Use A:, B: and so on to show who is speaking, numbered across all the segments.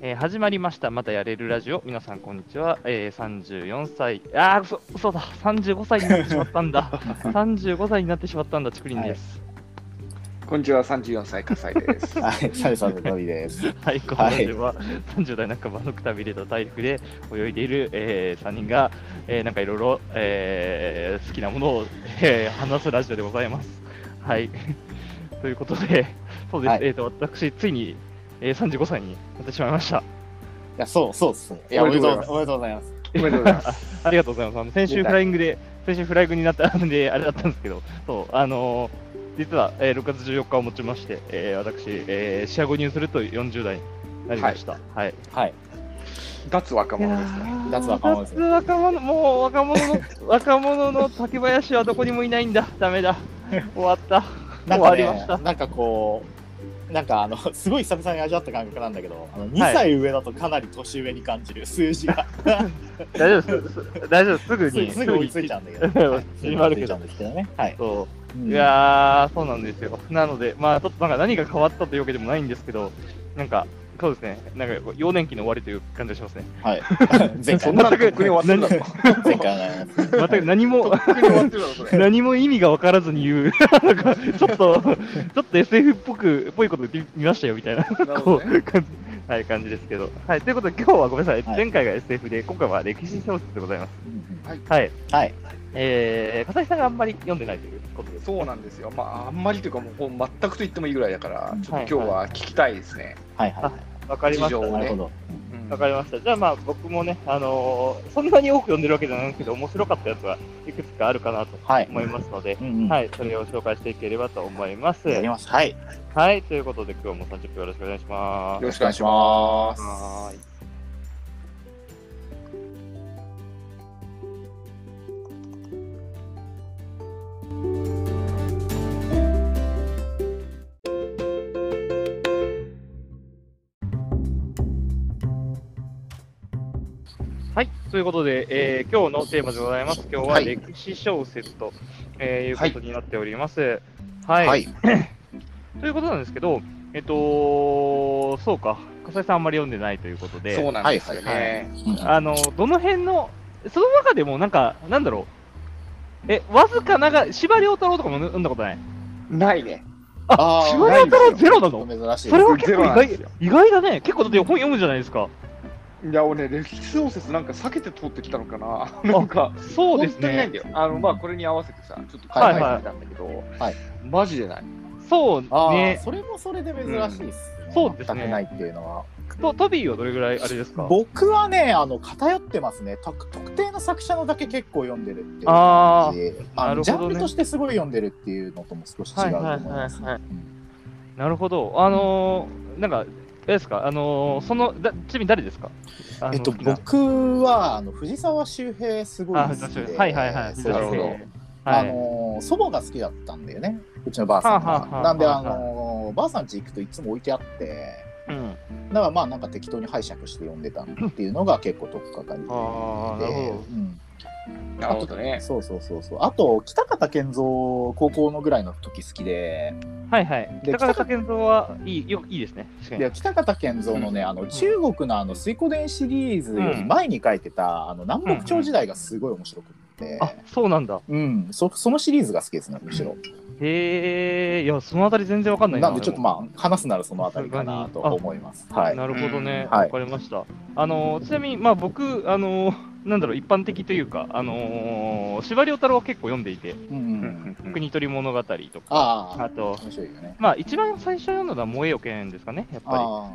A: えー始まりました。またやれるラジオ。皆さん、こんにちは。えー、34歳。ああ、嘘嘘だ。35歳になってしまったんだ。35歳になってしまったんだ、ちくりんです。
B: こんにちは、三十四歳葛西 です。
C: はい、サルさんののりです。
A: はい、このラジオは、30代半ばのくたびれた体育で泳いでいる、え3人が、えーなんかいろいろ、えー好きなものを、えー話すラジオでございます。はい。ということで、そうです。
C: はい
A: えっ、と、私、ついに、えー35歳になってしまいました。
C: いや、そう、そうですね。いや、
B: お
C: お
B: め
C: め
B: で
C: で
B: と
C: と
B: うございます
C: う、おめでとうございます。
B: おめでとうございます。
A: ありがとうございます。あの先週
B: 出た
A: フライングで、先週フライングになったんで、あ れだったんですけど、そう、あのー実は、えー6月14日をもちまして、えー私、えー、試合後入すると40代になりました。はい。
C: はい、
B: 脱若者ですね。
A: ね
C: 脱若者ですね
A: 若者、もう若者の、若者の竹林はどこにもいないんだ。ダメだ。終わった。終
C: なんか
A: わり
C: ね
A: ました。、
C: なんかこう、なんかあの、 すごい久々に味わった感覚なんだけど、あの2
A: はい
C: 歳上だとかなり年上に感じる数 字が、
A: 大丈夫です。す大丈夫です。すぐ
C: す
A: に。
C: すぐ追いついちゃうんだけ
A: すぐに
C: ど、はいすぐ
A: 今あ
C: 追い
A: る
C: つ
A: け
C: いち
A: ど
C: ゃうんですけどね。はい。
A: そう。
C: うん
A: いやー、そうなんですよ。なので、まあ、ちょっとなんか何が変わったというわけでもないんですけど、なんか、そうですね、なんかこう、幼年期の終わりという感じがしますね。
C: はい。 前
B: そ
C: 回
B: ん
C: の
B: なとっくに終わってるだろ。
C: 前回の
A: 全く何 も
B: と、っくに終わってるだろ、それ。
A: 何も意味が分からずに言う、 なんか、ち ょっと、ちょっと SF っぽく、っぽいこと言ってみましたよ、みたいな、
B: なるほ
A: こ
B: どね
A: う、感じはい、感じですけど。はい、ということで、今日はごめんなさい、
C: はい
A: 前回が SF で、今回は歴史小説でございます。はい。
C: はい。
A: えー、片井さんがあんまり読んでないということです。
B: そうなんですよ。まあ、あんまりというか、もう全くと言ってもいいぐらいだから、ちょっと今日は聞きたいですね。
C: はいはいは
A: わかりまし
B: 事
A: た
B: 情
C: い。
B: を
C: な
B: ね
C: るほど。
B: うん
A: わかりました。じゃあまあ僕もね、あのーそんなに多く読んでるわけじゃないんですけど、面白かったやつはいくつかあるかなと
C: はい。
A: 思いますので、
C: うんうん。
A: はい、それを紹介していければと思います。
C: やります。はい。
A: はい、ということで今日も30分よろしくお願いしま
B: よ
A: す。
B: ろしくお願いします。
A: はーい。はい、ということで、えー今日のテーマでございます。今日は
B: はい
A: 歴史小説と、えーいうことになっております。はい。
B: はい。
A: ということなんですけど、えっと、そうか、笠井さんあんまり読んでないということで、
B: そうなんですよ
C: はいは
B: ね。
C: うん
A: あのどの辺の、その中でも、なんか、なんだろう、え、わずかなが、司馬遼太郎とかも読んだことない。
B: ないね。
C: あ
A: 司
C: ー
A: 馬
B: ない
A: 遼太郎ゼロなの
C: 珍しい
A: それは結
B: ゼロ
A: 構
B: な
A: 意
B: ん
A: 外
B: ですよ
A: 意外だね、結構だって本読むじゃないですか。
B: いや、俺、歴史小説なんか避けて通ってきたのかな。 なんか、
A: そうで
B: 本
A: す
B: 当にないん
A: ね、
B: だよ。あの、まあ、これに合わせてさ、ちょっと考えてみたんだけど
C: はい、
B: マジでない。
A: そう
C: あー
A: ね
C: それもそれで珍しいっすね、
A: うんそうですね
C: 全くないっていうのは
A: と、トビーはどれぐらいあれですか
C: 僕はねあの偏ってますねた特定の作者のだけ結構読んでるっていう
A: あ
C: 感
A: ー
C: じで
A: なるほどね
C: あのジャンルとしてすごい読んでるっていうのとも少し違うと思います
A: はいはいはいはい
C: うん
A: なるほど、あのー、なんか、あれですか、あのー、その、だちなみに誰ですかあの
C: えっと
A: 好きな
C: 僕はあの藤沢周平すごい好き
A: あ
C: で
A: はいはいはい
C: そう
B: なる
C: で
B: ほ
C: す
B: ど
C: ね。
A: は
C: あ
A: い
C: の祖母が好きだったんだよねうちのばあさん
A: はあはあはあ
C: がなんで
A: はあ
C: あのばあさん家行くといつも置いてあって
A: うん
C: だからまあなんか適当に拝借して読んでたっていうのが結構特っかかりで、
A: あーなるほど
C: うん、
B: なるほどね。
C: そうそうそうそうあと北方健三高校のぐらいの時好きで
A: はいはい。
C: で
A: 北方健三はいいよいいですね。確かに。
C: で北方健三のね、あの中国のあの水湖伝シリーズより前に書いてた、あの南北朝時代がすごい面白くって、
A: あそうなんだ。
C: うんそそのシリーズが好きですねむしろ、
A: へえ、いや、そのあたり全然わかんないな。
C: なんでちょっとまあ話すならそのあたりかなと思います
A: 俺も
C: はい
A: なるほどね。
C: うん
A: わ、
C: はい
A: かりました。あのーちなみに、まあ僕、あのーなんだろう、一般的というか、あのー司馬遼太郎は結構読んでいて、
C: うんうんうん
A: 国取物語とか、
C: ああ
A: あと、
C: 面白いよね
A: まあ一番最初読んだのは萌えよ剣ですかね、やっぱ
C: あ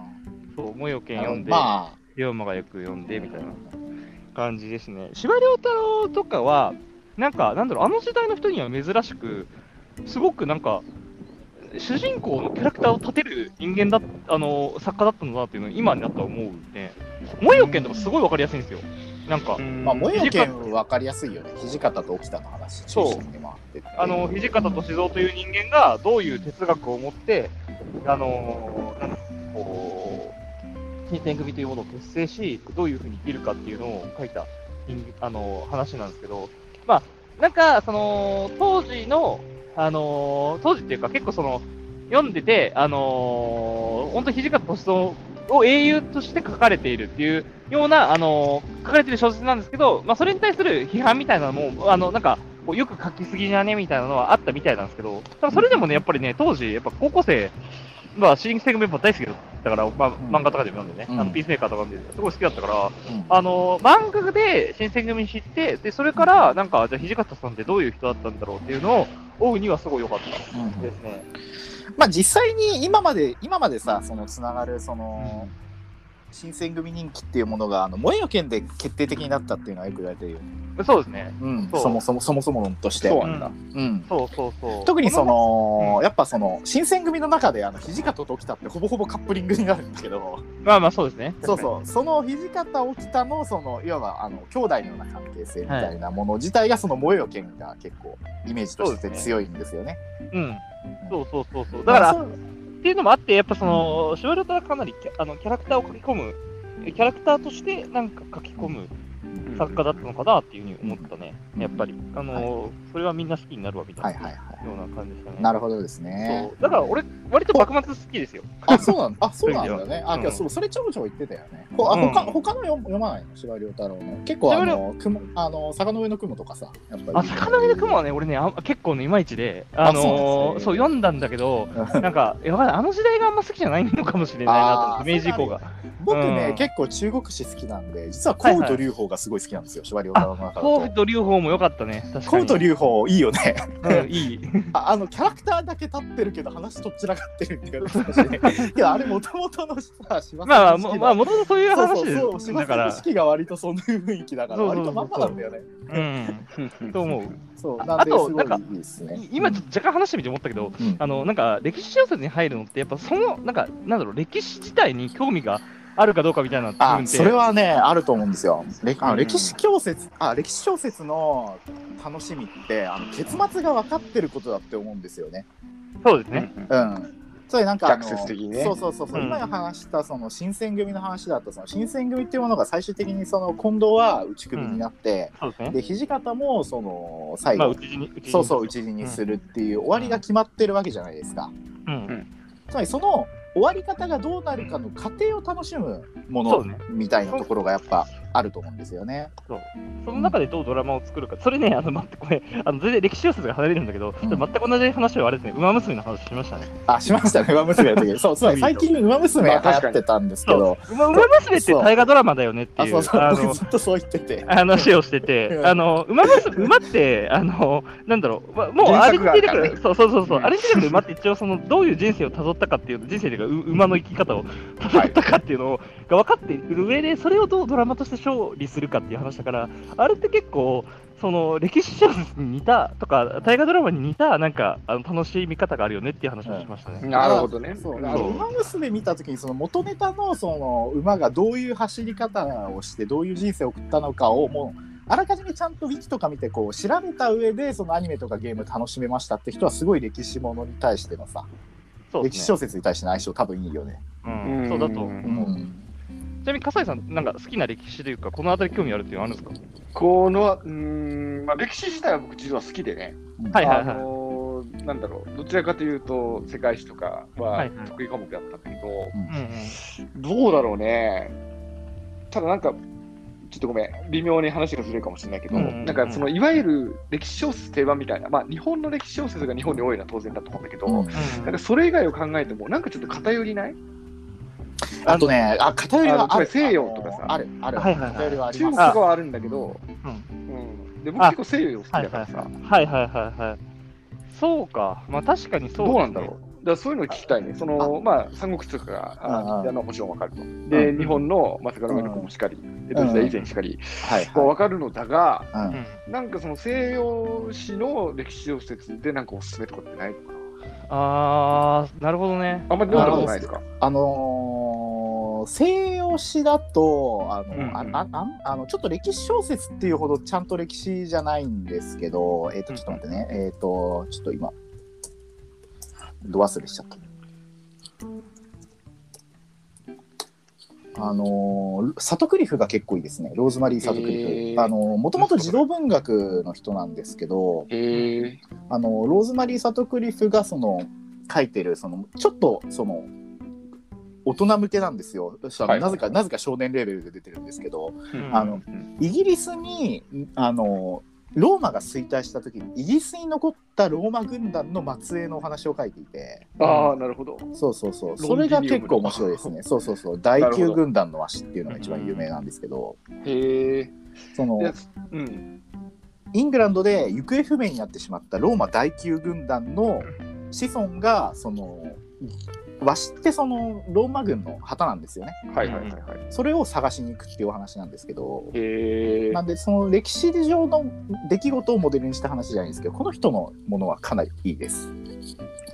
A: り。そう、萌えよ
C: あ
A: 剣読んで、
C: まあ
A: 龍馬がよく読んで、みたいな感じですね。司馬遼太郎とかは、なんか、なんだろう、あの時代の人には珍しく、すごくなんか、主人公のキャラクターを立てる人間だあの作家だったんだなっていうのを今になったら思うね。萌えよ剣とかすごいわかりやすいんですよ。なんか、
C: まあ、
B: も
C: 萌え剣分かりやすいよね。土方と沖田の話中心に回ってて。
A: あの土方歳三という人間がどういう哲学を持って、あのなんかこう、新選組というものを結成し、どういうふうに生きるかっていうのを書いた人あの話なんですけど、まあ、なんか、その、当時の、あの当時っていうか、結構その、読んでて、あの本当土方歳三を英雄として書かれているっていうような、あのー書かれている小説なんですけど、まあ、それに対する批判みたいなのも、あの、なんか、こうよく書きすぎじゃねみたいなのはあったみたいなんですけど、ただそれでもね、やっぱりね、当時、やっぱ高校生、まあ、シング・セグメンバー大好きだったから、まあ、漫画とかでも読んでね、
C: うん
A: あのピースメーカーとかもすごい好きだったから、
C: うん
A: あの、漫画で新選組知って、で、それから、なんか、じゃあ、土方さんってどういう人だったんだろうっていうのを追うにはすごい良かった
C: うん
A: ですね。
C: まあ実際に今まで今までさそのつながるその、新選組人気っていうものがあの萌えよ剣で決定的になったっていうのはよく言われてるよね、
A: そうですね。
C: うん、
A: そう
C: そもそもそもそも論として
B: そうなんだ。
C: うん
A: そうそうそう。
C: 特にそ
A: こ
C: の、
A: う
C: やっぱその新選組の中であの土方と沖田ってほぼほぼカップリングになるんだけど
A: の、まあまあそうですね。
C: そうそうその土方沖田のそのいわばあの兄弟のような関係性みたいなもの自体がその萌えよ剣が結構イメージとして強いんですよね。
A: う。うん。そうそうそうそう。だから、
C: まあ
A: っ
C: そう
A: ていうのもあって、やっぱその、シュワルトはかなりキャあのキャラクターを書き込む、キャラクターとしてなんか書き込む作家だったのかなっていうふうに思ったね。やっぱり。あの、それはみんな好きになるわ、みた
C: はいい
A: な
C: はいは
A: ような感じでしたね。
C: い。なるほどですね
A: そ。うだから俺、割と幕末好きですよ。
C: あ、そうなんだ。あ、そうなんだよね。あ、
A: うん
C: 今日そうそれちょこちょこ言ってたよね。ほあ、
A: うん
C: 他他の読読まないの司馬遼太郎の。結構あ
A: 司馬
C: の雲あの坂の上の雲とかさ、やっぱ
A: あ、
C: り。
A: 坂上の雲はね、俺ね、あ結構ね、いまいちで、あのーそ、
C: あそうう
A: 読んだんだけ ど、なんか、いやわかんないあの時代があんま好きじゃないのかもしれないなと思って、
C: あー
A: 明治以降が。
C: 僕ね、
A: うん
C: 結構中国史好きなんで、実はコウと龍邦がすごい好きなんですよ。司馬遼太郎の中だ
A: 甲府
C: と。
A: と龍鳳も良かったね、確
C: コ
A: か
C: ウと
A: に。
C: 龍邦いいよね。
A: うん、いい。
C: ああのキャラクターだけ立ってるけど話とっちらかってるってい う話ね。いやあれもともとのさ司馬
A: まあまあ、
C: さんの
A: も
C: 式
A: まあ、もともとそういう
C: そう
A: 話
C: そう
A: で
C: そう司馬
A: だ
C: さ
A: か
C: んの
A: ら、
C: 式が割とそんな雰囲気だから
A: そうそうそう
C: 割とまんまなんだよね。
A: うん。と思う。
C: そう
A: あ
C: なんで
A: あ
C: す
A: と
C: ごい
A: なんか
C: いいですね。
A: い今、ちょっと若干話してみて思ったけど、
C: うん
A: あの、なんか、歴史小説に入るのって、やっぱその、なんか、なんだろう、歴史自体に興味があるかどうかみたいな部分
C: あ
A: って。
C: それはねあると思うんですよ。れあ
A: う
C: の
A: ん
C: 歴史小説、あ歴史小説の楽しみってあの結末が分かってることだって思うんですよね。
A: そうですね。
C: うん。それなんかあの
B: 逆説的にね
C: そうそうそうそう、
A: うん
C: 今話したその新選組の話だとその新選組っていうものが最終的にその近藤は打ち首になって、
A: そうですね。
C: で土方もその最後、
A: まあ、うち死に、うち死に
C: そうそう打ち死にするっていう、終わりが決まってるわけじゃないですか。
A: うん。
C: つまりその終わり方がどうなるかの過程を楽しむも
A: そ
C: の
A: うね
C: みたいなところがやっぱあると思うんですよね。
A: その中でどうドラマを作るか、それね、あの待って、これ、あの全然歴史小説が離れるんだけど、
C: うん
A: 全く同じ話をあれですね、馬娘の話しましたね。
C: あ、しましたね、馬娘の時。そう、つまり最近馬娘流行ってたんですけど、
A: 馬馬娘って大河ドラマだよねって
C: あ、
A: いう、
C: そうそう、
A: あ
C: 僕
A: の
C: ずっとそう言ってて。
A: 話をしてて
C: う、ん
A: あの馬娘馬って、あのなんだろう、まもうあ
B: 原
A: れに
B: 作があ
A: 出て
B: るか
A: く
B: らね
A: る、そうそうそうそう、
B: うん
A: あれに出てくる馬って一応その、どういう人生をたどったかっていう、人生というか、う馬の生き方を たどったかっていうのが分かっている上で、それをどうドラマとして勝利するかっていう話だから、あれって結構、その歴史小説に似たとか、大河ドラマに似た、なんかあの楽しい見方があるよねっていう話をしましたね。
B: なるほどね。
C: そう、
B: な
C: あ
B: る
C: の
B: ほど
C: 馬娘見た時に、その元ネタの、その馬がどういう走り方をして、どういう人生を送ったのかを、もう。あらかじめちゃんとウィキとか見てこう調べた上でそのアニメとかゲーム楽しめましたって人はすごい歴史ものに対してのさ、
A: そうで
C: 歴史
A: すね
C: 小説に対しての相性多分いいよね。
A: うんそうだと思う。ちなみに笠井さん、なんか好きな歴史というか、この辺り興味あるっていうのはあるんですか
B: この、うーん、まあ、歴史自体は僕実は好きでね。
A: はいはい
B: あのーなんだろう、どちらかというと、世界史とか
A: は
B: はい
A: はい
B: 得意科目だったんだけ
A: う
B: ど、
A: んうん
B: どうだろうね。ただなんか、ちょっとごめん、微妙に話がずれるかもしれないけど、
A: うんうんうん
B: なんかそのいわゆる歴史小説定番みたいな、まあ日本の歴史小説が日本に多いのは当然だと思うんだけど、
C: うん
B: なんかそれ以外を考えても、なんかちょっと偏りない
C: あとね、あ、偏り
B: あ
C: は
B: のつ
C: あ
B: ま
C: る。
B: り西洋とかさ
C: ある、ある。
A: はいはいはい
C: 偏りはあり
B: 中
C: ま
B: 国
C: す。
B: とかはあるんだけ
A: う
B: ど、
A: ん
B: うんで僕
A: あ
B: 結構西洋好き
A: はい
B: だか
A: はい
B: らさ、
A: はいはいはいはい。そうか、まあ確かにそう、
B: どうなんだろう。だからそういうの聞きたいね。そのまあ三国志とかが
C: あ
B: あ
C: あ
B: のもちろんわかると。で、
C: うん
B: 日本のまあ坂上の子もしかり、江戸時代以前しかり、
C: はい
B: こう
C: は
B: わかるのだが、
C: い。うん
A: うん。
B: なんかその西洋史の歴史小説でなんかおすすめとかってないのかな
A: あー、なるほどね。
B: あんまり読んだことないですか
C: あのー西洋史だとあの、
A: うん
C: ああああのちょっと歴史小説っていうほどちゃんと歴史じゃないんですけど、えっとちょっと待ってね、えっとちょっと今ど忘れしちゃった。あのーサトクリフが結構いいですねローズマリー・サトクリフ、
B: へー
C: あのもともと児童文学の人なんですけど、
B: へえ。
C: あのローズマリー・サトクリフがその書いてるそのちょっとその大人向けなんですよ。私は
B: はい
C: なぜか、なぜか少年レベルで出てるんですけど、
A: うん
C: あのイギリスに、あの、ローマが衰退した時にイギリスに残ったローマ軍団の末裔のお話を書いていて
B: ああ、なるほど。
C: そうそうそう
B: ロン
C: それが
B: ギリウム
C: 結構面白いですねそうそうそう第
B: なるほ
C: 9
B: ど
C: 軍団の足っていうのが一番有名なんですけど
B: へえ。
C: そ
B: いや
C: の
B: うん。
C: イングランドで行方不明になってしまったローマ第9軍団の子孫がその和紙ってそのローマ軍の旗なんですよね
B: はいはいはいはい。
C: それを探しに行くっていうお話なんですけど
B: へえ
C: な。んでその歴史上の出来事をモデルにした話じゃないんですけどこの人のものはかなりいいです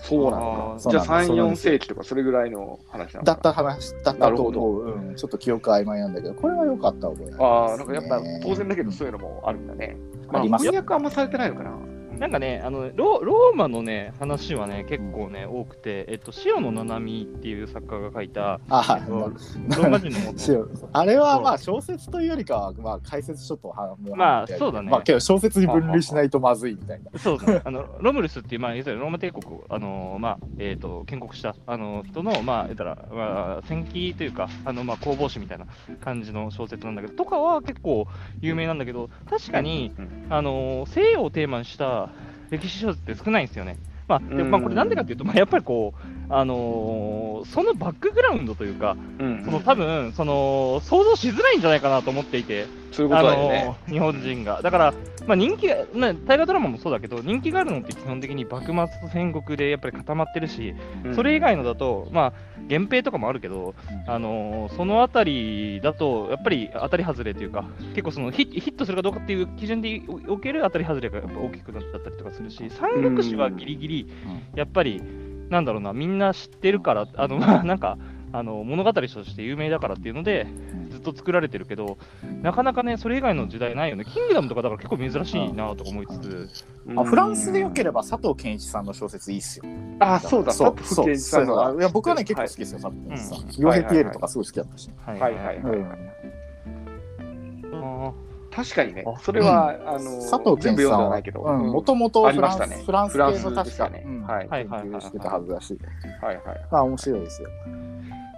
B: そうなの
A: あ
B: か。
C: ー
B: じゃあ
C: そうなんですそうなん
B: 3、4
C: です
B: 世紀とかそれぐらいの話なのかな。
C: だった話だったと
B: なる
C: 思
B: ほ
C: う、うん、ちょっと記憶曖昧なんだけどこれは良かった覚えあります、ね、
B: ああ、なんかやっぱ当然だけどそういうのもあるんだね。ま
C: あ
B: あ、
C: ります
B: 翻訳あんまされてないのかな。
A: なんかねあのロ、ローマのね、話はね、結構ね、多くて、えっと、塩野七海っていう作家が書いた、
C: あ
A: えっとロ
C: は
A: ーマ人の
C: いそうあれはまあ小説というよりかはまあ解説書とはも
A: まあそうだね
C: まあけど小説に分類しないとまずいみたいな
A: そうだね、あのロムルスっていう、まあ、いわゆるローマ帝国を、あのまあえー、と建国したあの人の、まあ言ったらまあ、戦記というか、あのまあ、攻防史みたいな感じの小説なんだけど、とかは結構有名なんだけど、確かに、
B: うん
A: あの西洋をテーマにした歴史小説って少ないんですよね。まあで
B: うん
A: まあ、これなんでかっていうと、まあ、やっぱりこう、あのそのバックグラウンドというか、
B: うん
A: その多分その想像しづらいんじゃないかなと思っていて、
B: そういうこ
A: あ
B: とだよね。
A: の日本人が。だから、まあ、人気が、ね、大河ドラマもそうだけど、人気があるのって基本的に幕末戦国でやっぱり固まってるし、それ以外のだと、まあ、源平とかもあるけど、あのそのあたりだと、やっぱり当たり外れというか、結構そのヒヒットするかどうかっていう基準でおける当たり外れがやっぱ大きくなっちゃったりとかするし、三国志はギリギリ、やっぱり、なんだろうな、みんな知ってるから、あのまあ、なんか、あの物語として有名だからっていうので、ずっと作られてるけど、なかなかね、それ以外の時代ないよね。キングダムとかだから結構珍しいなとか思いつつ、
B: うん
C: あフランスでよければ佐藤健一さんの小説いいっすよ
B: あ、そうだ、
C: そう
B: 佐藤
C: そう
B: 健一さんの
C: そういや僕はね結構
B: はい
C: 好きですよ佐藤健一さん
A: うん
C: 傭兵ピエールとかすごい好きだったし
A: はい
B: はいはいはいはい。
A: あ
B: 確かにね
A: あ、
B: それは、あの、
C: 佐藤健
B: 全部
C: さ
B: 読ん
C: ん
B: でな
C: はい
B: けど、うん
C: もともと
B: あ
C: フ
B: り
C: ラ
B: ま
C: ン
B: したね
C: スフランス
B: フ
C: 系の
B: ランス
C: 確
B: です
C: か
B: かね。
C: うん
B: はい。
A: はい
C: 研究してたはずだし
B: はいはい。
C: まあ面白いですよ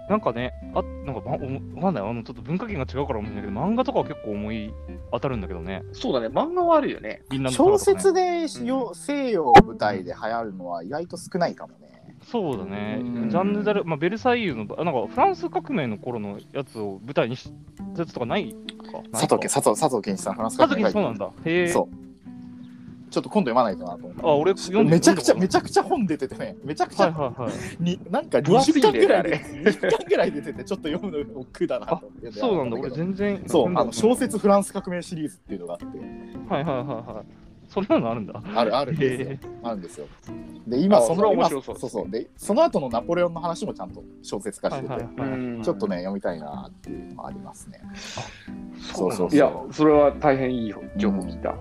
A: なんかね、あなんかばおわかんない、あのちょっと文化圏が違うから思うんだけど、漫画とかは結構思い当たるんだけどね、
B: そうだね、漫画はあるよね。
A: 銀杏の
C: 小
A: 空とかね
C: 説でよ西洋舞台で流行るのは意外と少ないかもね。
A: そうだね
C: うん、
A: ジャンヌ・ダル、まあ、ベルサイユの、あなんかフランス革命の頃のやつを舞台にしやつとかないか。
C: 佐藤健佐藤佐藤健一さんフランス
A: 佐
C: 革
A: 藤健
C: 命書
A: そう
C: い
A: な
C: て
A: んだ。へえ。
C: るそうちょっと今度読まないとなと思って
A: あ、俺読んで
C: めちゃくちゃめ
A: ち
C: ちゃくちゃ本出ててねめちゃくち
A: はい
C: ゃ
A: はいはい。
C: になんか
B: 分厚い
C: 20
B: んだ
C: 巻
B: よね
C: ぐらい
B: あれ
C: で20巻ぐらい出ててちょっと読むの億劫だなと思って
A: そうなんだ、俺全然。
C: そうあの小
A: 説。
C: 説フランス革命シリーズっていうのがあって
A: はいはいはいはい。そんなのあるんだ。
C: あるあるんですよ
A: へ
C: あるんですよで今
B: あ
C: そ
B: それは
C: の
B: 面
C: 今
B: 白そうです
C: そうそうでその後のナポレオンの話もちゃんと小説化
A: は
C: し
A: い
C: てて
A: はいはい。
C: ちょっとね、。読みたいなっていうのもありますね。
A: そうなんだ
B: いや、それは大変いい情報聞いた。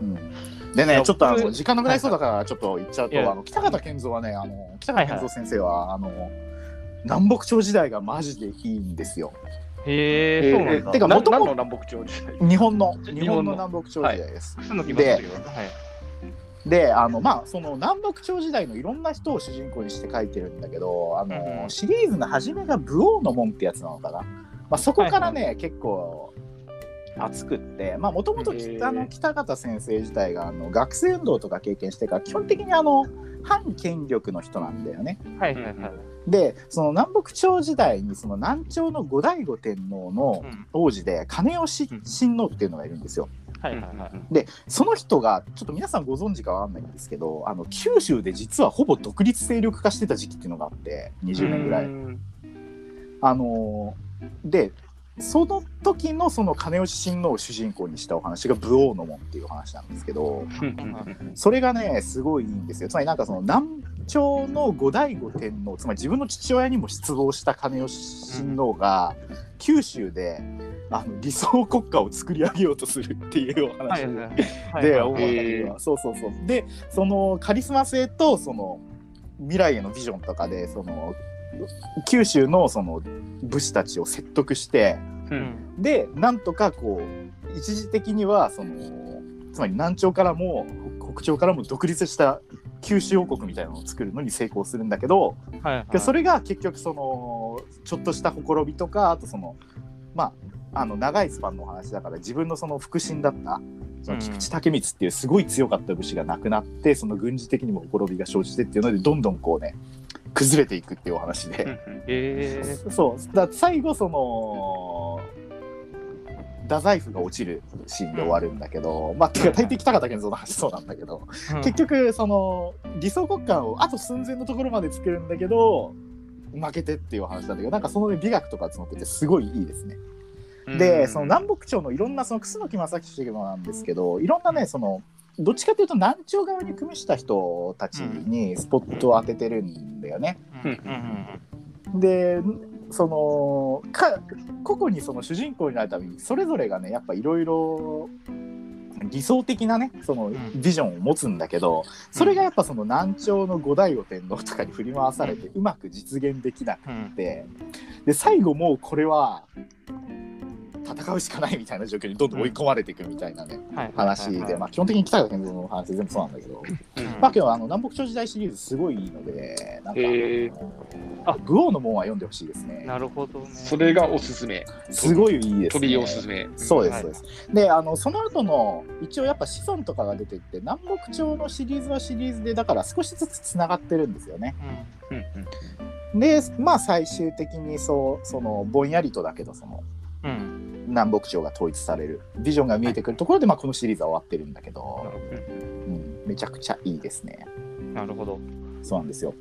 C: で
A: い
C: ね、
A: や
C: ちょっとあの
A: 僕
C: 時間なくなりそうだから、ちょっと言っちゃう
A: いや
C: と、あの北方健三はね、あの北
A: は
C: 方
A: いはい
C: 健三先生は、あの南北朝時代がマジでいいんですよ。
A: へえ、そうなんだ。
C: てか
B: な
C: 元々
B: 何の南北朝時代
C: 日本の
A: 日本の
C: 日本の南北朝時代です。
A: 楠木正成がはい。
C: で、あのまあその南北朝時代のいろんな人を主人公にして書いてるんだけど、あ
A: うん
C: の
A: うん
C: シリーズの初めが武王の門ってやつなのかな。まあそこからね、結構。熱くってまあもともと
B: へ
C: 北
B: ー
C: あの北方先生自体があの学生運動とか経験してから基本的にあの反権力の人なんだよね。
A: はいはいはい。
C: でその南北朝時代にその南朝の後醍醐天皇の
A: うん
C: 王子で金吉
A: うん
C: 親王っていうのがいるんですよ。
A: はいはいはい。
C: でその人がちょっと皆さんご存知かわかんないんですけどあの九州で実はほぼ独立勢力化してた時期っていうのがあって20年ぐらい。あのーでその時のその金吉親王を主人公にしたお話が「武王の門」っていうお話なんですけど。それがねすごいいいんですよつまりなんかその南朝の後醍醐天皇つまり自分の父親にも失望した金吉親王が、九州であの理想国家を作り上げようとするっていうお話、
A: はいはいはい。
C: で
A: はい
C: 大
A: はい
C: ま
A: は
C: か
A: い
C: にはそうそうそうでそのカリスマ性とその未来へのビジョンとかでその九州のその武士たちを説得して
A: うん
C: でなんとかこう一時的にはそのつまり南朝からも北北朝からも独立した九州王国みたいなのを作るのに成功するんだけど、
A: はいはい、
C: それが結局そのちょっとしたほころびとかあとそのまああの長いスパンのお話だから自分のその腹心だったその菊池武光っていうすごい強かった武士が亡くなってその軍事的にもほころびが生じてっていうのでどんどんこうね崩れていくっていうお話で。
A: えー、
C: そうだ最後その太宰府が落ちるシーンで終わるんだけど、まあてか大抵北方健三の話そうなんだけど、結局その理想国家をあと寸前のところまで作るんだけど負けてっていう話なんだけどなんかその、ね、美学とか集まっててすごいいいですね。
A: うん
C: でその南北朝のいろんなその楠木正樹もなんですけどいろんなねそのどっちかというと南朝側に組みした人たちにスポットを当ててるんだよね。
A: うんうんうん
C: でそのか個々にその主人公になるためにそれぞれがねやっぱいろいろ理想的なねその
A: ん
C: ビジョンを持つんだけど、それがやっぱその南朝の五代醐天皇とかに振り回されてうまく実現できなく
A: うん
C: てで最後もうこれは戦うしかないみたいな状況にどんどん追い込まれていくみたいなね、
A: うんはい
C: 話
A: はいはい
C: で、
A: はい
C: まあ、基本的に北方健三の話全部そうなんだけど。
A: うん
C: まあ、けどあの南北朝時代シリーズすごいいいので、なんか、
B: へー
A: あ
C: あグオーの門は読んでほしいですね。
A: なるほどね。
B: それがおすすめ。
C: すごいいいです、ね。
B: 飛びおすすめ。
C: そうです、
A: はい
C: そうです。で、あのその後の一応やっぱ子孫とかが出てって、南北朝のシリーズはシリーズで、だから少しずつつながってるんですよね。
A: うん
B: うんうん
C: で、まあ最終的にそうそのぼんやりとだけどその
A: うん
C: 南北朝が統一されるビジョンが見えてくるところで、まあこのシリーズは終わってるんだけど、うん、めちゃくちゃいいですね。
A: なるほど。
C: そうなんですよ。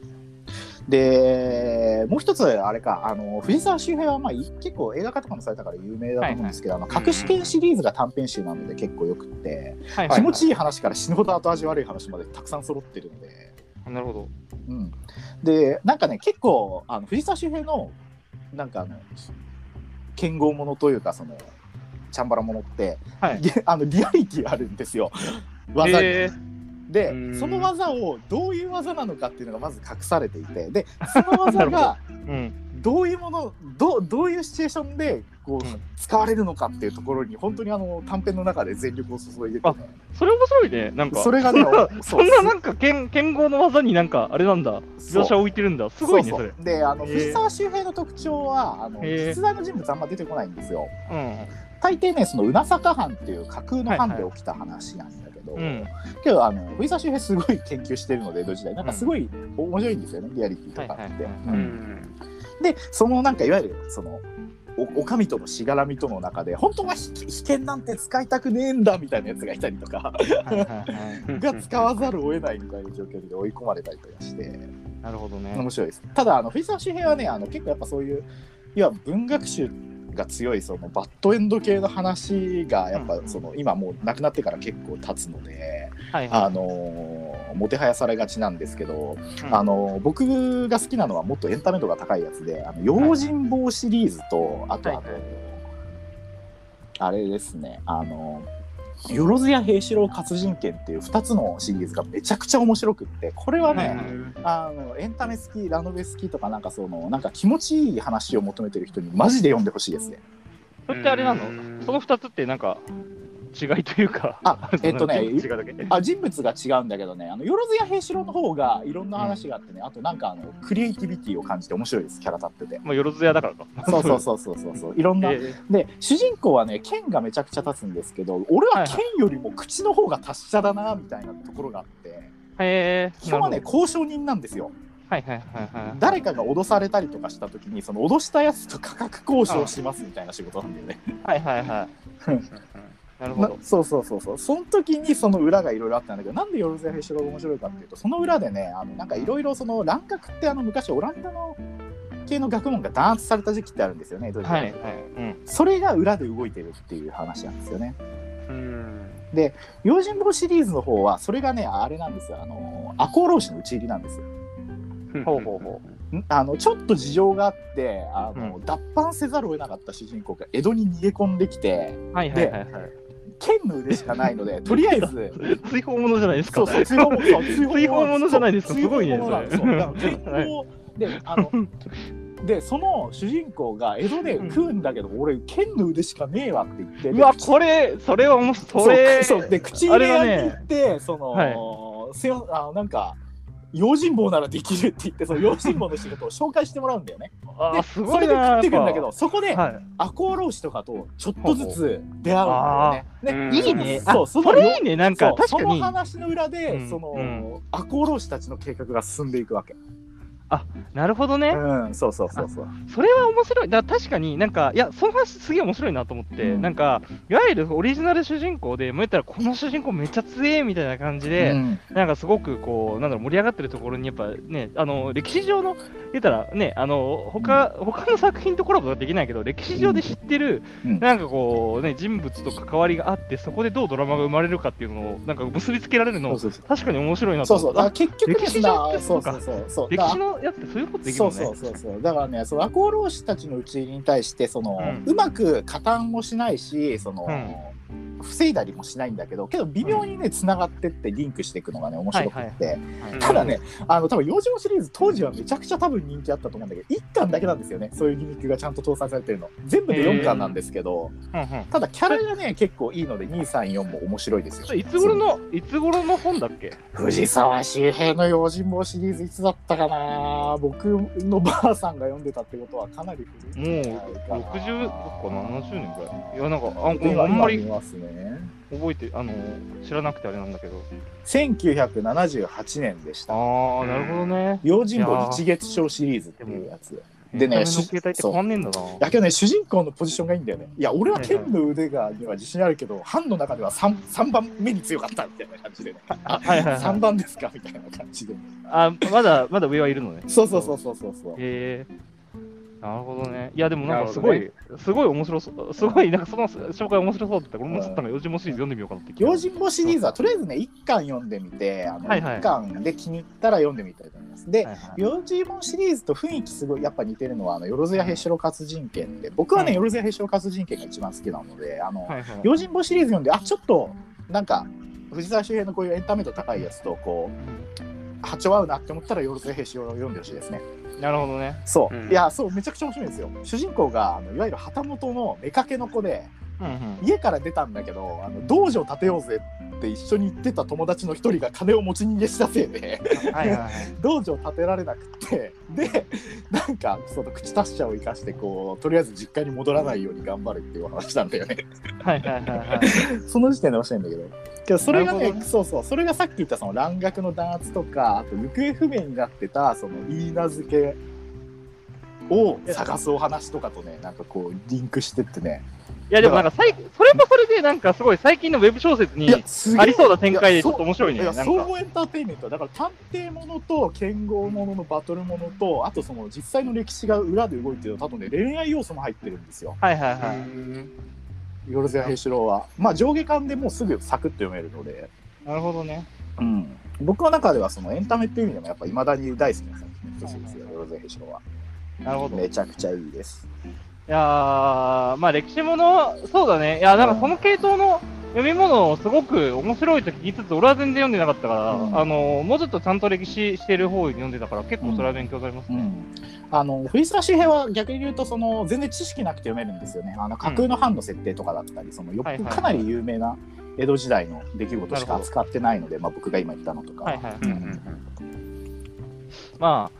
C: でもう一つあれかあの藤沢周平はまあい結構映画化とかもされたから有名だと思うんですけど、あの隠し剣シリーズが短編集なので結構よくって、
A: はい
C: 気持ち
A: い
C: いい話から死ぬほど後味悪い話までたくさん揃ってるので、
A: い。なるほど。
C: うん、でなんかね結構あの藤沢周平のなんかあの剣豪ものというかそのチャンバラものって、
A: はい
C: げ あのリアリティあるんですよ技に。
A: え
C: で
B: うん
C: その技をどういう技なのかっていうのがまず隠されていて でその技
A: な
C: が
A: ーうん。
C: どういうものどうどういうシチュエーションでこう、
A: うん
C: 使われるのかっていうところに本当にあの短編の中で全力を注いでて、ね、
A: それ面白いね。なんか。
C: そ れがね
A: そんななんか剣剣豪の技になんかあれなんだ
C: そう
A: 描写を置いてるんだすごいね
C: そ
A: そうれ
C: そうであの
A: へー
C: 藤沢周平の特徴はあの
A: へー
C: 実在の人物あんま出てこないんですよ
A: うん
C: 大抵ねそのうなさか藩っていう架空の藩で起きた話なんだけど、
A: うん
C: けどあの藤沢周平すごい研究してるので江戸時代なんかすごい面白いんですよね、リアリティとかって。
A: はいはいはい
C: うん
B: うん
C: でそのなんかいわゆるそのおお上とのしがらみとの中で本当はひ危険なんて使いたくねえんだみたいなやつがいたりとか
A: はいはいはい
C: が使わざるを得ないみたいな状況で追い込まれたりとかして
A: なるほどね
C: 面白いですただあの藤沢周平はねあの結構やっぱそういういわゆる文学集が強いそのバッドエンド系の話がやっぱその今もう亡くなってから結構経つので
A: はいはい
C: あのーもてはやされがちなんですけど
A: うん
C: あの僕が好きなのはもっとエンタメ度が高いやつで「あの用心棒」シリーズと、あとあの、
A: はいはい
C: あれですねあの「よろずや平四郎活人剣」っていう2つのシリーズがめちゃくちゃ面白くってこれは
A: はい
C: ね
A: は、い
C: あのエンタメ好きラノベ好きとかなんかそのなんか気持ちいい話を求めてる人にマジで読んでほしいですね。
A: それってあれなの
B: うん
A: その2つってなんか違いというか
C: あえっとね
A: 違うだけ
C: あ人物が違うんだけどねあのよろずや平四郎の方がいろんな話があってね、あとなんかあのクリエイティビティを感じて面白いですキャラ立ってて。
A: まあよろずやだからか
C: そうそうそうそうそうそういろんな、
A: えー
C: で主人公はね剣がめちゃくちゃ立つんですけど俺は剣よりも口の方が達者だなみたいなところがあって
A: へえ
C: 基本はね交渉人なんですよ
A: はいはいはいはい
C: 誰かが脅されたりとかした時にその脅したやつと価格交渉しますみたいな仕事なんだよね
A: はいはいはいなるほ
C: な
A: ど
C: そうそうそうそうその時にその裏がいろいろあったんだけどなんで「よろずや平城」が面白いかっていうとその裏でねあのなんかいろいろその蘭学ってあの昔オランダの系の学問が弾圧された時期ってあるんですよね江戸時
A: はい
C: 代
A: はいうん
C: それが裏で動いてるっていう話なんですよね
B: うん
C: 用心棒シリーズの方はそれがねあれなんですよあの赤穂浪士の討ち入りなんですよ
A: ほうほうほ
C: んあのちょっと事情があってあの、脱藩せざるを得なかった主人公が江戸に逃げ込んできて
A: はいはいはいはい
C: 剣の腕しかないのでとりあえず
A: 追放者じゃないですか
C: そうそう追放もそう
A: 追放ものじゃないですか
C: そう
A: すごいね
C: 追放ものなんです
A: それ
C: そうだから剣をであ のでその主人公が江戸で食うんだけど、俺剣の腕しかねえわって言って
A: うわこれそれはもうそ
C: そう
A: れ
C: そうで口入れ屋に行って、その、
A: はい
C: すよあのなんか用心棒ならできるって言ってその用心棒の仕事を紹介してもらうんだよね。
A: あ
C: で
A: あ、すごい
C: それで食
A: な。
C: ってくんだけ
A: や
C: ど
A: っ
C: そこで
A: ぱはい。
C: 赤穂浪士とかとちょっとずつ出会うんだよね。
B: あー
C: で
B: うんいい
A: ね
C: そ
A: あ
C: う
A: そ
C: その
A: れいいね、なんか
C: そう
A: 確か
C: その
A: に。
C: 話の裏で、
A: うん
C: その、
A: うん
C: 赤穂浪士たちの計画が進んでいくわけ。
A: なるほどね。
C: うん、そうそうそうそう。
A: それは面白い。だ確かになんか、いや、その話すげえ面白いなと思って、
C: うん
A: なんか、いわゆるオリジナル主人公で、もう言ったらこの主人公めっちゃ強えみたいな感じで、
C: うん
A: なんかすごくこう、なんだろう、盛り上がってるところに、やっぱね、あの、歴史上の、言ったらね、あの、他、他の作品とコラボはできないけど、歴史上で知ってる、
C: うん
A: なんかこう、ね、人物と関わりがあって、そこでどうドラマが生まれるかっていうのを、なんか結びつけられる
C: そ
A: の
C: う、そうそう。
A: 確かに面白いなと
C: そ
A: 思
C: うそう
A: っ
C: だか
A: た。
C: ら結局
A: 歴史上って
C: なそ
A: そうう
C: そ
A: か
C: うそうそう
A: 歴
C: だ
A: 史のやつってそういうことできる
C: そ
A: も
C: うん
A: ね。
C: そうそうそうだからねその赤穂浪士たちのうちに対してその、
A: う
C: うんまく加担もしないしその、防いだりもしないんだけどけど微妙にねつながってってリンクしていくのがね面白くって、
A: はい
C: ただねあの多分「用心棒」シリーズ当時はめちゃくちゃ多分人気あったと思うんだけど1巻だけなんですよねそういうギミックがちゃんと搭載されてるの全部で4巻なんですけど、
A: うんうん
C: ただキャラがね結構いいので234も面白いですよ
A: いつ頃の、いつ頃の本だっけ
C: 藤沢周平の用心棒シリーズいつだったかな僕のばあさんが読んでたってことはかなり古いんじゃないかな
A: もう60とか70年ぐらい。いや、なんか、あ
C: 今今
A: あんまり
C: 見ますね
A: 覚えて、あの、知らなくてあれなんだけど。
C: 1978年でした
A: ああ、なるほどね。
C: 用心棒日月賞シリーズっていうやつでね
A: エンタメの携帯って変わんねえんだな。
C: いやけどね主人公のポジションがいいんだよねいや俺は剣の腕がには自信あるけど班の中では 3, 3番目に強かったみたいな感じでねあ
A: はいはいはい
C: 3番ですかみたいな感じで
A: あ、まだ、まだ上はいるのね。
C: そうそうそうそうそうそう
A: へえなるほどね。いや、でもなんかすご、
B: ないる
A: すごい面白そう。すごい、なんかその紹介面白そうだったから、俺もちょっとなんか、用心棒シリーズ読んでみようかなって気が
C: 用心棒シリーズはとりあえずね1巻読んでみてあの
A: はいはい
C: 1巻で気に入ったら読んでみたいと思いますで
A: はいはい
C: 用心棒シリーズと雰囲気すごいやっぱ似てるのはあのよろずや兵士郎活人権で僕はね
A: うん
C: よろずや兵士郎活人権が一番好きなのであの、
A: はいはい
C: 用心棒シリーズ読んであちょっとなんか藤沢周平のこういうエンタメ度高いやつとこう波長合うなって思ったら「夜露兵士」を読んでほしいですね
A: なるほどね。
C: そう、
B: うん
C: いやそうめちゃくちゃ面白いんですよ主人公があのいわゆる旗本の妾の子で
A: うんうん。
C: 家から出たんだけどあの道場建てようぜって一緒に行ってた友達の一人が金を持ち逃げしたせいで
A: はいはいはい。
C: 道場建てられなくてでなんかその口達者を生かしてこうとりあえず実家に戻らないように頑張るっていう話なんだよね
A: はいはいはいはい。
C: その時点で面白いんだけど。けどそれが
A: なる
C: ね
A: ほどね
C: そうそう、それがさっき言ったその蘭学の弾圧とか、あと行方不明になってた、その言い名付けを探すお話とかとね、なんかこう、リンクしてってね。
A: いや、でもなんか、最それもそれで、なんかすごい、最近のウェブ小説に、
C: す
A: ありそうな展開でちょっと面白い
C: い
A: ね。
C: や
A: な
C: そ
A: ん
C: ういや
A: か。
C: 総合エンターテインメントだから探偵ものと剣豪もののバトルものとあとその実際の歴史が裏で動いてるのとあとね恋愛要素も入ってるんですよ
A: はいはいはい。
C: よろずや平四郎はまあ上下巻でもうすぐサクッと読めるので
A: なるほどね。
C: うん、僕の中ではそのエンタメっていう意味でもやっぱいまだに大好きな作品の一つですよ、ヨロゼヘシロは。
A: なるほど。い
C: めちゃくちゃいいです。
A: やー、まあ歴史もの、そうだね。いや、なんかその系統の読み物、すごく面白いと聞きつつ、俺は全然読んでなかったから、
C: うん
A: あの、もうちょっとちゃんと歴史してる方に読んでたから、結構それは勉強になります
C: う
A: ね。
C: ん、あの藤沢周平は逆に言うとその全然知識なくて読めるんですよね。あの架空の藩の設定とかだったり、そのよ
A: はい
C: く
A: はい
C: かなり有名な江戸時代の出来事
A: な
C: しか
A: るほど
C: 扱ってないので、まあ、僕が今言ったのとか。
A: はいはい。
B: うんうん
A: ま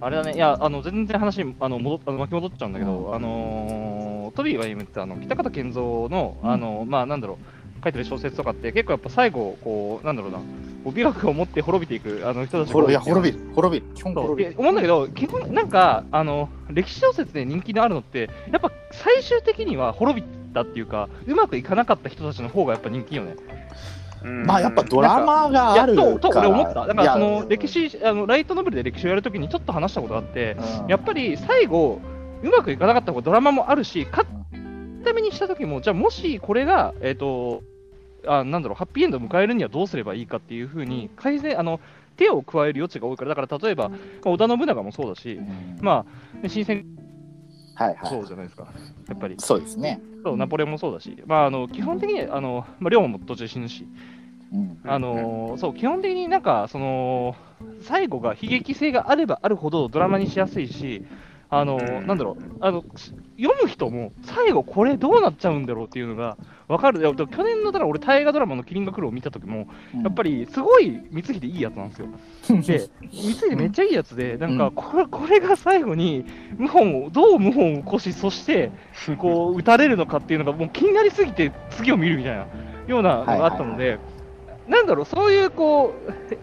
A: あ、あれだね。いや、あの、全然話、あの、戻っあの巻き戻っちゃうんだけど、あのートビーは言って、あの、北方健三の、あの、まあ、なんだろう、書いてる小説とかって、結構やっぱ最後、こう、なんだろうな、こう美学を持って滅びていく、あの、人たちが多
C: 滅びいや
A: っていうのは
C: 滅びる滅びる基本
A: そ
C: 滅
A: う
C: び
A: で
C: る。
A: 思うんだけど、基本、なんか、あの歴史小説で人気のあるのって、やっぱ最終的には滅びたっていうか、うまくいかなかった人たちの方がやっぱ人気よね。
B: うん
C: まあやっぱドラマが
A: いや
C: ある
A: とと
C: か
A: 俺
C: ら。
A: 思った、だか
C: い
A: ら
C: や
A: その歴、史あの、ライトノベルで歴史をやるときにちょっと話したことがあって、
C: うん
A: やっぱり最後、うまくいかなかった方がドラマもあるし、勝つためにしたときも、じゃあ、もしこれが、えっ、と、あなんだろう、ハッピーエンドを迎えるにはどうすればいいかっていうふうに、改善、あの、手を加える余地が多いから、だから例えば、まあ織田信長もそうだし、まあ、ね新選
C: あ、はいはい、
A: そうじゃないですか、やっぱり。
C: そうですね。
A: そうナポレオンもそうだし、まあ、あの基本的にあの、まあ、龍馬も途中で死ぬし、
C: うん
A: あのそう基本的になんかその最後が悲劇性があればあるほどドラマにしやすいし、あの、なんだろう、あの、し読む人も、最後これどうなっちゃうんだろうっていうのが分かる。いや去年の、だから俺、大河ドラマの麒麟が来るを見た時も、やっぱり
C: り、
A: すごい光秀いいやつなんですよ。で、光秀めっちゃいいやつで、なんかこれ、これが最後に、謀反を、どう謀反を起こし、そして、こう、撃たれるのかっていうのが、もう気になりすぎて、次を見るみたいな、ようなのがあったので、なんだろう、そういう、こ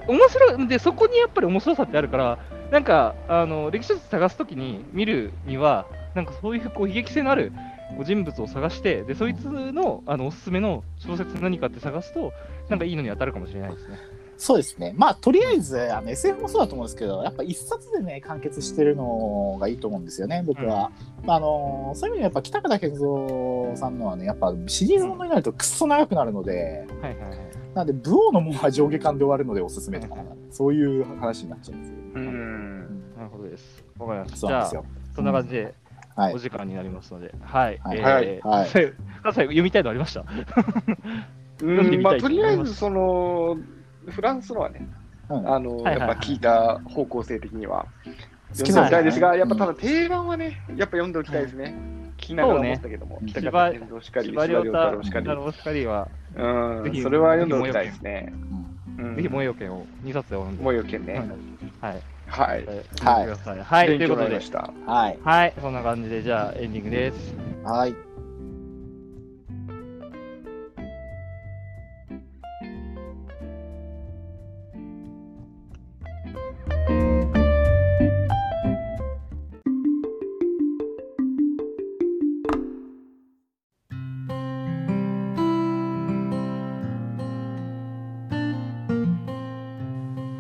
A: う、面白い、で、そこにやっぱり面白さってあるから、なんか、あの、歴史書探すときに見るには、なんかそういう、こう、悲劇性のある、こう人物を探して、で、そいつの、あの、おすすめの小説何かって探すと、なんかいいのに当たるかもしれないですね。
C: そうですね。まあ、とりあえず、あの SF もそうだと思うんですけど、やっぱ一冊でね、完結してるのがいいと思うんですよね、僕は。あのーそういう意味でやっぱ北方健三さんのはね、やっぱシリーズものになるとくっそ長くなるので、
A: はいはいはい。
C: なんで、武王の門は上下巻で終わるのでおすすめとか、そういう話になっちゃうんですよ。
B: うん。
A: なるほどです。わかりました。
C: そう
A: じ
C: な
A: ゃ
C: んで
A: あ
C: す、よ。
A: そんな感じで、
C: はい
A: お。時間になりますので、はい。
C: はい
A: えー
C: はい
A: 深瀬読みたいのありました。読んで
B: うん
A: み
B: ま
A: た
B: あ、
A: いと
B: と
A: 思
B: り
A: い
B: あえ
A: ま
B: ず
A: す
B: そのフランスのはね、
C: うん
B: あの
A: はいはいはい
B: やっぱ聞いた方向性的には
C: 好
B: 読
C: き
B: んで
C: な
B: み
C: ん
B: たいですが、
C: ね
B: やっぱただ定番はね、やっぱ読んでおきたいですね。聞きながら思ったけども、
C: そうね
B: 北方健三しかり、
A: ひ
B: 司
A: ば
B: 馬
A: りょ
B: 遼
A: う
B: 太
A: た
B: 郎しかり、
A: おしかりは、
B: う
A: ぜひ
B: ん、それは読んでおきたいですね。
C: うん
B: うん
A: ぜひ、萌えよけんを2冊で読んで、
B: もうよけんね。
A: はい。
B: はい。
A: はい。ください。はい。とい
B: 勉
A: う
B: 強
A: こ
B: にな
A: と
B: りま
A: で、
B: した。
C: はい。
A: はい。そんな感じで、じゃあ、エンディングです。
C: はい。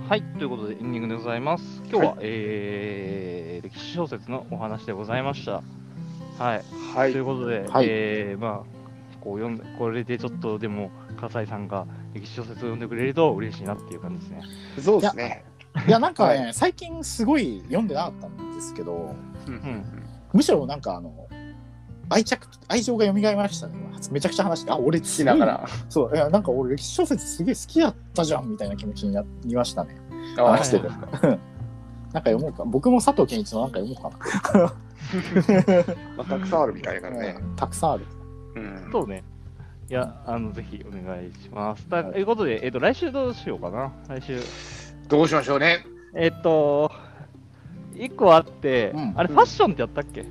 A: はい、ということでエンディングでございます。今日は、えー歴史小説のお話でございました。はい、
B: は
A: という
B: い。
A: ことで、
C: はい
A: えーまあこう読んでこれでちょっとでも葛西さんが歴史小説を読んでくれると嬉しいなっていう感じですね。
B: そうですね。
C: いや、なんかね、最近すごい読んでなかったんですけど、
B: うん
C: むしろなんかあの愛着愛情が蘇りましたねめちゃくちゃ話してあ俺好
B: 聞きながら。
C: そういやなんか俺歴史小説すげえ好きだったじゃんみたいな気持ちになりましたね
B: あ
C: あ
B: あ
C: 話してる
A: はい
C: なんか読もうか僕も佐藤健一のなんか読もうか
B: まあたくさんあるみたいだ
C: な、
B: からね。
C: たくさんある
B: うん
A: そうね。いや、あのぜひお願いします。ということで、えっと来週どうしようかな。来週。
B: どうしましょうね。
A: えっと、1個あって、
C: うん
A: あれファッションってやったっけ、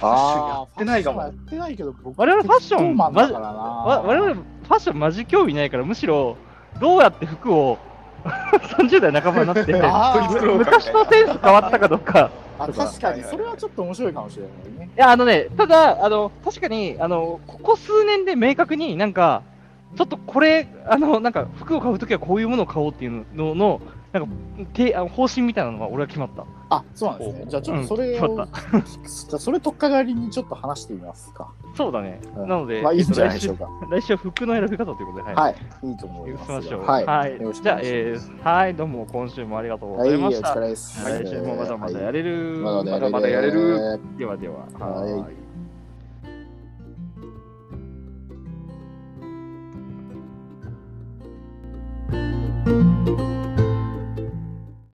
B: あー
C: ファッションやってないかもやってないけど僕
A: 我々ファッション
C: 鉄道マンだからな
A: わ我々ファッションマジ興味ないからむしろどうやって服を 30代半ばになって
C: あー
B: 取り繕うかみ
A: 昔
B: たいな
A: のセンス変わったかどうか
C: あ確かにそれはちょっと面白いかもしれないね
A: いやあのねただあの確かにあのここ数年で明確になんかちょっとこれあのなんか服を買うときはこういうものを買おうっていうののなんかてあの方針みたいなのが俺は決まった
C: あそうなんですねじゃあちょっとそれを、
A: うん決まっ
C: じゃあ それとっかかりにちょっと話してみますか、
A: そうだね、
C: うん
A: なので、
C: まあいいんじゃない
A: 来
C: でし
A: 週
C: ょうか
A: 来週は服の選び方ということではい、
C: はい、いいと思い
A: 行
C: ま
A: き
C: す
A: ましょう
C: はい、
A: はい
C: よろしくお
A: じゃあ
C: 願、いし
A: えーはいどうも今週もありがとう
C: ます
A: ございまし
C: は
A: た
C: い、お疲れです
A: 来週もまだまだやれる。
C: まだまだ
B: まだまだやれる
A: ではでは。
C: はい
A: い